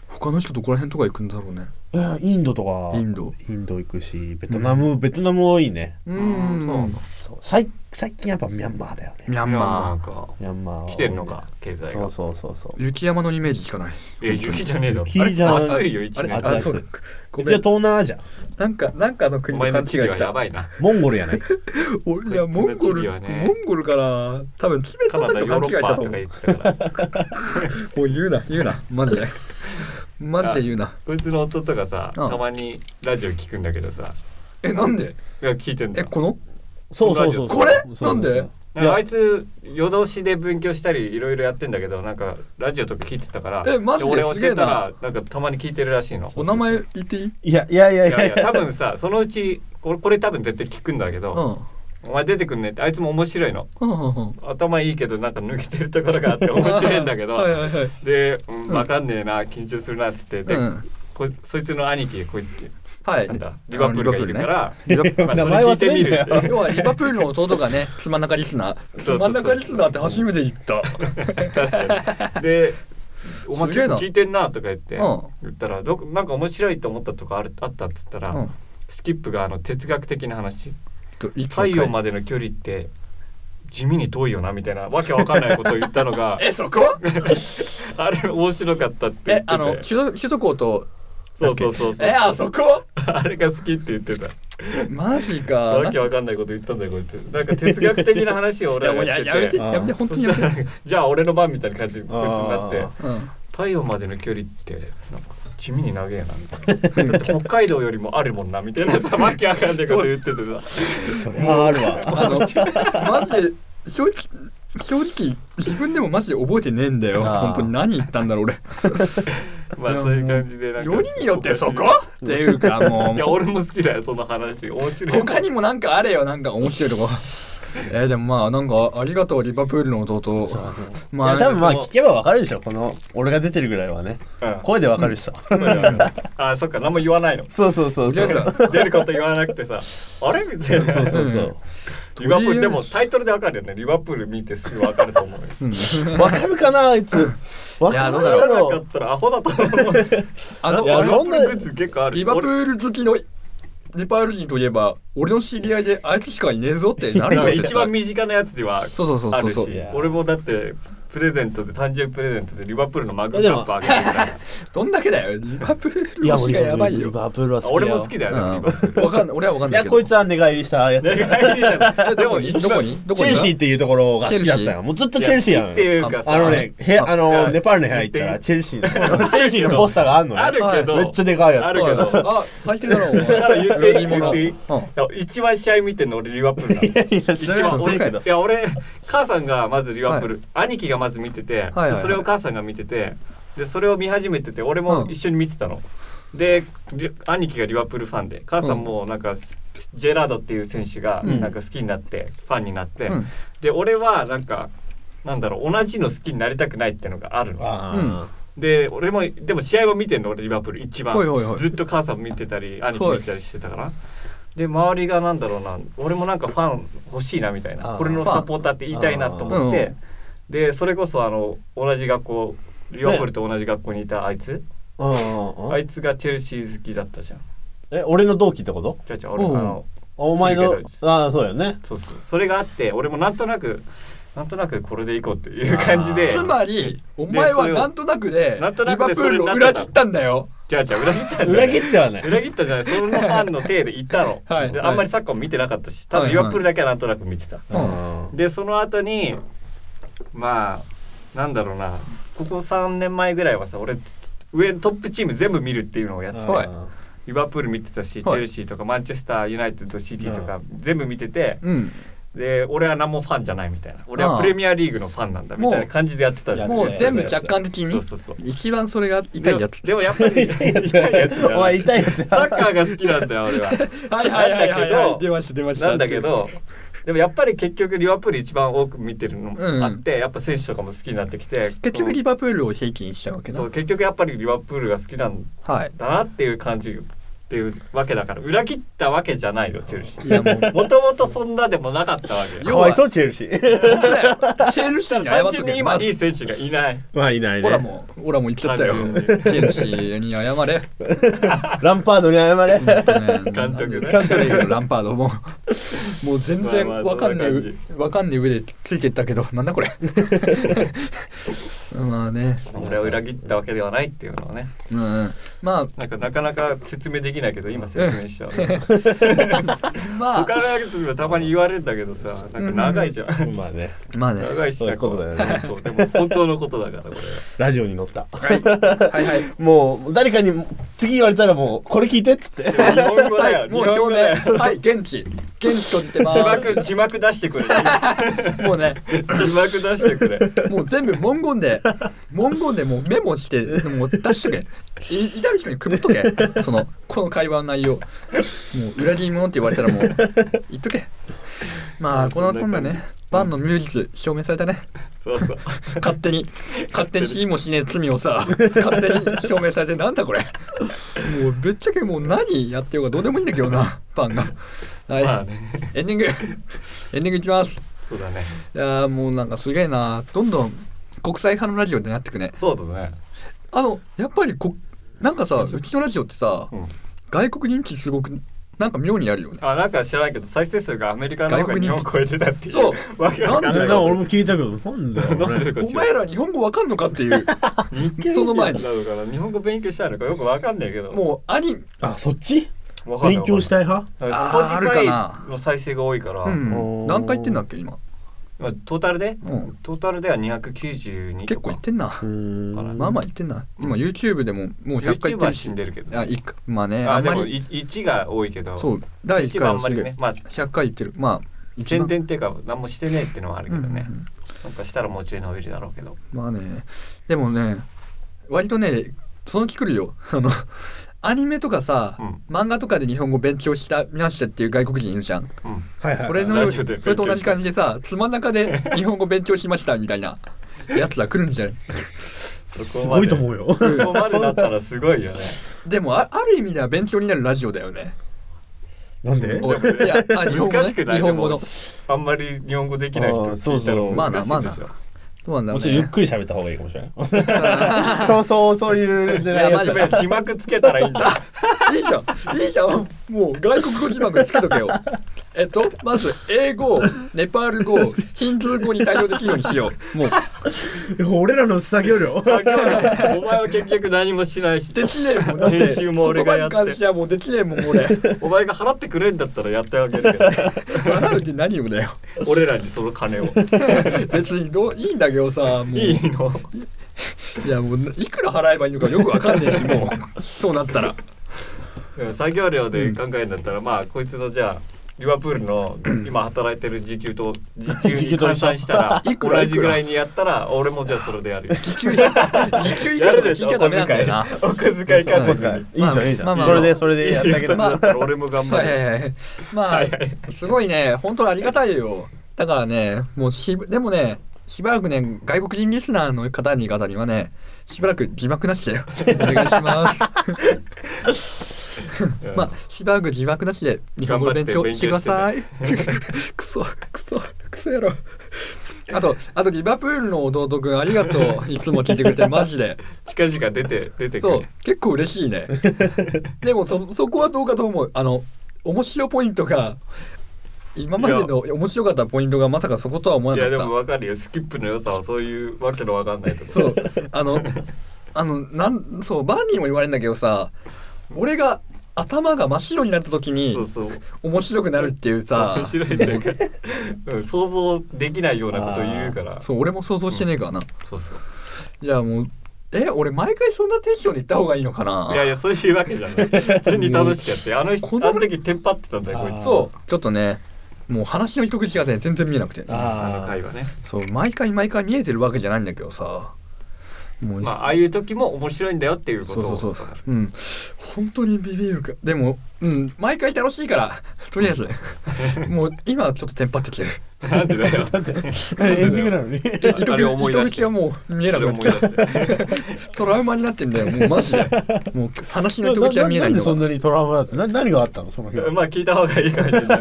他の人どこら辺とか行くんだろうねえーインドとかインドインド行くしベトナム、ベトナム多いねううん。そうなんだそう最最近やっぱミャンマーだよねミャンミャンママーか。ミャンマーは多いね来てるのか、経済そがう。そうそうそうー雪山のイメージしかないいや、雪じゃねえだろ。雪じゃあれ暑いよ、一あれ年。暑いあそうごうちめはん東南アジアなんかなんかのお国と前勘の違い地理はしたやばいな。モンゴルやないおいやモンゴル、こっちの地理はねモンゴルから多分チベッカトナダ、とヨ勘ー違ロいしッたパとと思うか言ってたから。もう言うな言うなマジ でマジで言うなこいつの弟がさ、うんたまにラジオ聞くんだけどさ、えなんでいや、聞いてんだえよ。このそうそうそうそうこれそうそうなそうんでなんかあいつ夜通しで勉強したりいろいろやってんだけどなんかラジオとか聞いてたからえマジで俺す教げええなたらなんかたまに聞いてるらしいのお名前言っていいいやいやいやいいややいいやや多分さそのうちこれこれ多分絶対聞くんだけうんど、お前出てくんねってあいつも面白いのうんうんうん頭いいけどなんか抜けてるところがあって面白いんだけどはいはいはいで、うん、分かんねえな緊張するなっつってで、うんこいそいつの兄貴こいはいなんだリバプールがいるから、リバプールねまあ、それ聞いてみるっ名前忘れんなて要はリバプールの弟が ね、つまんなかリスナー。つそうそうそうまんなかリスナーって初めて言った。 確かにで「お前すげえな結構聞いてんな」とか言って、うん言ったらどこなんか面白いと思ったとこあるあったっつったら、うんスキップがあの哲学的な話といつも太書いて陽までの距離って地味に遠いよなみたいなわけわかんないことを言った のがえ、そ こあれ面白かったって言っえて、てあの、首都首都高と、そうそうそうそうえ、あそこあれが好きって言ってたマジか。わけわかんないこと言ったんだよこいつなんか哲学的な話をい俺やはもうしやててやめて、うんやめて、本そ当にしやためらて。 じゃあ俺の番みたいな感じでこいつになってあうん太陽までの距離ってなんか地味に長えなみたいなだって北海道よりもあるもんなみたいなさわけわかんないこと 言っててさそれはあるわあの、マジで、正直、正直、自分でもマジで覚えてねえんだよ。あー本当に何言ったんだ ろう、俺。まあそういう感じでなんかよりによってそこっていうか、もう。いや俺も好きだよその話面白い他にもなんかあれよなんか面白いと こえー、でもまあなんかありがとうリバプールの弟いまやあ多分まあでも聞けばわかるでしょこの俺が出てるぐらいはねうん声でわかるでしょ あそっか何も言わないのそうそうそうとりあそえずうは出ること言わなくてさ あれみたいなそうそうそうリバプールでもタイトルでわかるよねリバプール見てすぐわかると思うようんわかるかなあいつわかやるどうだだわかろらなうかったらアホだと思うあのいやあれそんなリバプールグッズ結構あるしリバプール好きのネパール人といえば俺の知り合いであいつしかいねえぞってなるなんよか絶一番対身近なやつではあるしそうそうそうそうそういや俺もだってプレゼントで誕生日プレゼントでリバプールのマグカップあげてたらどんだけだよリバプールい推やしがやばいよリバプールは好き俺も好きだだよねリバプうんわかんない俺はわかんいないやけこどいつは寝返りし たやつールチねいやいいじゃんえでどこもに一どこ番にどこにェルシーっていうところが好きだったチェルシよもうずっとチェルシーやいや好きんっていうかさあのね部屋ああのあネパールの部屋行言っったていらいチェ ルシーのチェルシーのポスターがあるのねあるけどめっちゃでかいやつあるけどあ最低だろお前だから言っていい裏切り者言っていいうんいや一番試合見てんの俺リバプールなのいや一それ番はそう俺だけいどや俺母さんがまずリバプール、兄貴がまず見てて、はいはいそれを母さんが見ててでそれを見始めてて俺も一緒に見てたの、でリ兄貴がリバプールファンで母さんもなんか、ジェラードっていう選手がうんなんか好きになって、ファンになって、うんで俺はなんかなんだろう同じの好きになりたくないってのがあるのあで俺もでも試合は見てんの俺リバプール一番はいはいはいずっと母さん見てたり兄貴見てたりしてたから、で周りがなんだろうな俺もなんかファン欲しいなみたいあなーこれのサポーターって言いたいなと思っあーうてんでそれこそあの同じ学校リバプールと同じ学校にいたあいつ、ーうんうんうあんいつがチェルシー好きだったじゃんえ俺の同期ってことじゃあじゃあ俺あおうのお前聞のいてたああそうだ よねそうそうそれがあって俺もなんとなくなんとなくこれでいこうっていう感じでつまりお前はそれをなんとなくでリバなんプとなくでーそれルにをなっ裏てた切ったんだよじゃあじゃあ裏切ったんじゃな裏い切ってはね裏切ったじゃないそのファンの体で行ったの、はいであんまりサッカーも見てなかったしたはだいリバプールだけはなんとなく見てた、うんでその後にまあなんだろうなここ3年前ぐらいはさ俺上のトップチーム全部見るっていうのをやっててはいリバプール見てたはし、いチェルシーとかマンチェスターユナイテッドシティとうか全部見てて、うんで俺は何もファンじゃないみたいな俺あはあプレミアリーグのファンなんだみたいな感じでやってたじゃんもう全部そう客観的にそうそう一番それが痛でいもやつでもやっ ぱり痛いやつだなお前痛いよねサッカーが好きなんだよ俺は。はいはいはいはいはい出ました出ましたなんだけどでもやっぱり結局リバプール一番多く見てるのもあって、やっぱ選手とかも好きになってきて結局リババプールを平均しちゃうわけだそう結局やっぱりリバプールが好きなんはいだなっていう感じっていうわけだから裏切ったわけじゃないよチェルシいやもうーもともとそんなでもなかったわけよよかわいそうチェルシーチェルシーに謝単っと純けに今まずいい選手がいない まあいないオラねもオラも言っちゃったよチ単純にェルシーに謝れランパードに謝れね監督ね監督ランパード ももう全然まあまあわかんないそんな感わかんない上でついてったけどなんだ これまあね俺を裏切ったわけではないっていうのはねうんうんまあなんかなかなか説明できないけど今説明しちゃうまあ他のやつはたまに言われるんだけどさなんか長いじゃん まあねまあね長いしそういうことだよねそうでも本当のことだからこれラジオに乗ったはいはいはいもう誰かに次言われたらもうこれ聞いてっつって日本語だよ。もう日本語表だよ明はい現地現地と言ってま字す幕字幕出してくれ。字もうね幕出してくれ。もう全部文言で文言でもうメモしてもう出しとけい至る人にくっとけそのこの会話の内容もう裏切り者って言われたらもう言っとけまあこのこんなねバンの無実証明されたねそうそう。勝手に勝手に死にもしねえ罪をさ勝手に証明されてなんだこれもうぶっちゃけもう何やってようがどうでもいいんだけどなバンがはい、まあね。エンディングエンディングいきますそうだね。いやーもうなんかすげえなどんどん国際派のラジオになってくねそうだね。あのやっぱりこなんかさうちのラジオってさ、うん。外国人気すごくなんか妙にあるよねあなんか知らないけど再生数がアメリカの方が日本を超えてたっていう。。そうわけわかんななんい。でも聞いたけどなんだなんでかお知らな前いら日本語わかんのかって いうその前になのかな日本語勉強したのかよくわかんないけど。もうアニ あそっちうわかんない勉強し。たい派スポテあーあるかィフなァイの再生が多いから、うん、何回言ってんだっけ今、まあトータルで、うんトータルでは292結と構か言ってんな、んまあまあ言ってんな今 YouTube でももう100回言っ YouTube てはる死しんでるけどあいいかまあねああんでまもり1が多いけどそう第1一回番はあんますりげねえまあ100回言ってるまあ一番宣伝っていうか何もしてねえってのはあるけどね、うんうんうんなんかしたらもうちょい伸びるだろうけどまあねでもね割とねその気くるよ あのアニメとかさ、うん漫画とかで日本語勉強したみましたっていう外国人いるじゃんうんはいそれラのジオで勉強したそれと同じ感じでさつまん中で日本語勉強しましたみたいなやつら来るんじゃないそすこまごでいと思うよ そこまでだったらすごいよねでもあある意味では勉強になるラジオだよねなんでおいやあ 日本語難ねしくない日本語のでもあんまり日本語できない人あーそう聞いたそうらもうまあな難しいでしょそうなんだもうろうちょっとゆっねくり喋った方がいいかもしれない。 そうそうそういう いやマジで字幕つけたらいい んだいいじゃんいいじゃんもう外国語字幕つけとけよえっとまず英語ネパール語ヒンズー語に対応できるようにしようもう俺らの作業量お前は結局何もしないしできねえもんだって編集も俺がやって言葉に関してはもうできねえもん俺お前が払ってくれんだったらやってあげる けど笑うって何よ だよ俺らにその金を別にどういいんだけどさもういいのいやもういくら払えばいいのかよくわかんねえしも うそうなったらでも作業量で考えるんだったら、まあこいつのじゃあリバプール の今働いてる時給と時給に換算した らいくら同じぐらいにやったら俺もじゃあそれ でやるよ。時給じゃ時給以下やとるかでし聞ょいちゃダメなんだよなお小遣いい感お覚小に。いじゃんいいじまゃあんまあそれでそれでや ってあげいやただったら俺も頑 張はいはる。いはいまあはいはいすごいね本当ありがたいよだからねもうしでもねしばらくね外国人リスナーの方に方にはねしばらく字幕なしでお願いしますうんまあ、しばらく字幕なしで日本語の勉強してください。 くそ、くそ、くそやろ。あと、あとリバプールの弟くんありがと う。いつも聞いてくれて、マジで。近々出て出てくそうる。、結構嬉し いね。でもそ、そこはどうかと思う。あの、面白ポイントが、今までの面白かったポイントがまさかそことは思わいなやかでったも。わかるよスキップの良さはそういうわけのわかんないとこそう、あの、あの、なん、そう、バーニーにも言われるんだけどさ、俺が頭が真っ白になった時に、そうそう面白くなるっていうさ面白いねうん想像できないようなこと言うからそう俺も想像してねえからな、そうそういやもうえ俺毎回そんなテンションで行った方がいいのかないやいやそういうわけじ ゃない普通に楽しくやってあのこ人のあの時テンパってたんだよこいあつそうちょっとねもう話の一口がね全然見えなくてあのあ会話ねそう毎回毎回見えてるわけじゃないんだけどさもう、まあああいう時も面白いんだよっていうこそうとそをうそうそううん本当にビビるかでもうん毎回楽しいから とりあえ ずもう今はちょっとテンパってきてるなんでだよあエンディングなのにえあれを思い出し糸て口はもう見えなそれくな思っいて出きしてたトラウマになってんだよもうマジでもう話のな糸口は見えないんんでだそかんらなにトラウマだったな何があったの その日は まあ聞いた方がいいかもしれないあ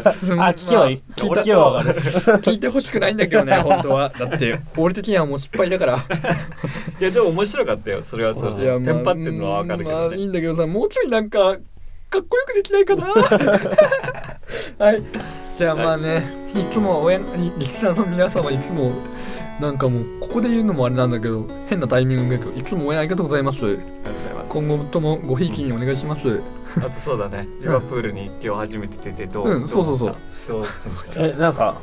聞けばいいまあ聞けばわかる聞いてほしくないんだけどね 本当はだって俺的にはもう失敗だからいやでも面白かったよそれはそれいでや、まあテンパってるのはわかるけまどあいいねんだけどさもうちょいなんかかっこよくできない かなはいじゃあまあねいつも応援リスナーの皆様いつもなんかもうここで言うのもあれなんだけど変なタイミングだけどいつも応援ありがとうございますありがとうございます今後ともごひいきにお願いしますあとそうだねリバプールに今日初めて出てどううんそうそうそうど思ったどうえなんか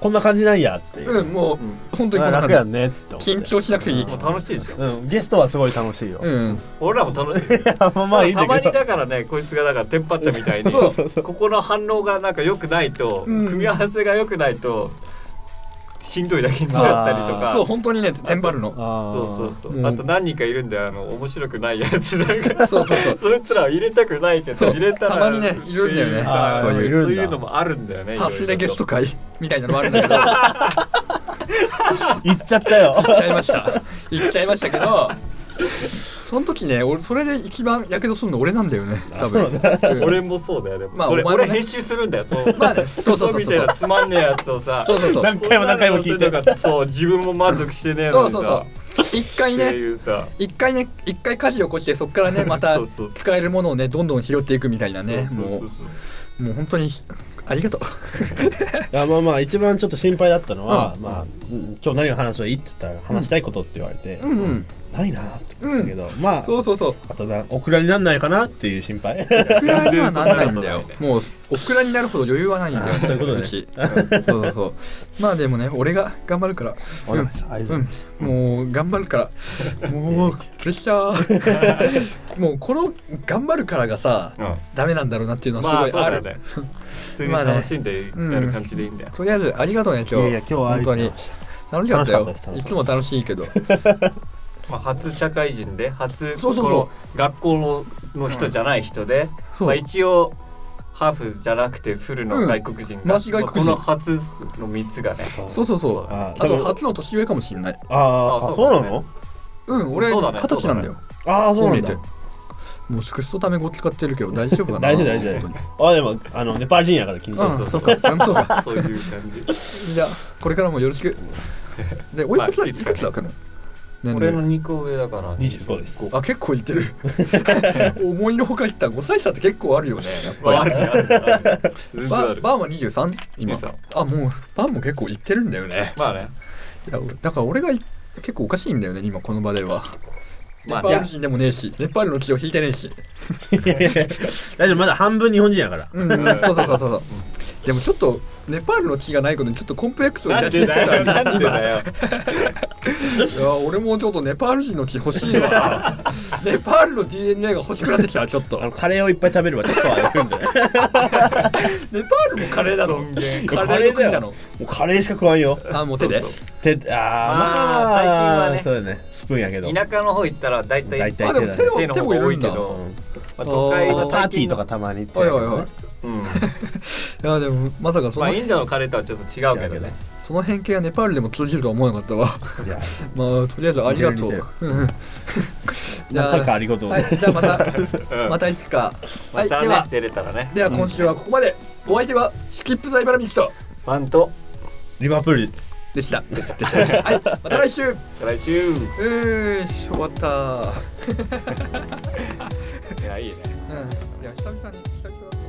こんな感じなんやっていう、うんもう本当にこまあんな楽や感ねって思ってじ緊張しなくて いいもう楽しいですようん、ゲストはすごい楽しいよ、うん俺らも楽しいよまあまあいいんただまけにどだからねこいつがだからテンパっちゃみたいにそうそうそうここの反応がなんか良くないと、うん組み合わせが良くないとしんどいだけになったりとかそう本当にねテンパるのあーそうそうそう、うんあと何人かいるんであの面白くないやつなんか そうそうそうそいつらを入れたくないけどそう入れたらたまにねいるんだよねっていうさあそうーいいうるんだそういうのもあるんだよね走れゲストト会みたいなのもあるんだけ ど行言っちゃったよっちゃいました行っちゃいましたけどその時ね俺それで一番やけどするの俺なんだよね多分うん俺もそうだよね、まあ俺お前もね俺編集するんだよそうまあねそうそうそうクそうソみたいなつまんねえやつをさそうそうそう何回も何回も聞いてこんなの載せとかそう自分も満足してねえそうのにさそうそう一回ってねいうさ一回ね一回火事起こしてそっからねまたそうそうそう使えるものをねどんどん拾っていくみたいなねそうそうもそうそううもう本当にありがとういやまあまあ一番ちょっと心配だったのは、うんまあ、うん今日何を話すばいいって言ったら話したいことって言われて、うんうんないなって思ったけど、まあそうそうそうあとなオクラになんないかなっていう心配オクラにはならないんだよ全然そんなことないねもうオクラになるほど余裕はないんだよあそういうことねちうんそうそうそうまあでもね俺が頑張るからわかりましたありがとうございますうん、もう頑張るからもうプレッシャーもうこの頑張るからがさうんダメなんだろうなっていうのまはあすそごいうあだる、よね普通に楽しんでやる感じでいいんだよ、とりあえずありがとうね今日本当に楽しかったよ楽しかったです楽しかったでいすつも楽しいけどまあ、初社会人で初そうそうそうこの学校の人じゃない人で、そうまあ、一応ハーフじゃなくてフルうんの外国人が、マジ外国人まあこの初の3つがねそうそうそうああと初の年上かもしんないああああそうそうだなねのうん俺そう二だね十歳なんだよああそうなんだこう見もうクソため語使ってるけど大丈夫かな大丈夫大丈本あでもあのネパール人やから気にし当ないにそううんそそううかそれもそうかそういう 感じじゃあこれからもよろしく でおいくつだいくつだかの年俺の齢2個上だから25ですあ結構い ってる思いのほかいった5歳差って結構あるよねやっまああぱるあ るある全り然あバるバーンは23今23あもうバーンも結構いってるんだよねまあねいやだから俺がい結構おかしいんだよね今この場ではネまあパねール人でもねえしネパールの気を引いてねえしいやいやいや大丈夫まだ半分日本人やからうんうんそうそうそうそうそうでもちょっとネパールの気がないことにちょっとコンプレックスをな抱んいてでだよたなん でだいよや俺もちょっとネパール人の気欲しいわ ネパールの DNA が欲しくなってきたちょっとあのカレーをいっぱい食べればちょっとはやるんじゃないネパールもカレーだろカカレーのレーだ国よなのもうカレーしか食わんよあもう手でそうてあーままああ最近はねそうだねスプーンやけど田舎の方行ったら大体大体あでも手手もの手方もがい多るいんけだど、まあ、都会あはーパー最ティー近のとかたまに行っておいおいお いうんいやでもまさかそまの,、あインドのカレーとはちょっと違うけどねその変形がネパールでも通じるとは思わなかったわいやまあとりあえずありがとう見てるうんうん じゃあなんかありがとうはい、じゃあまうたんまたいつか、はまいたでねは出れたらねでは今週はここまで、お相手はスキップザイバラミキとファンとリバプールでしたでしたはいまた来週来週えーい終わったいやいいねうんいや久々に久々だな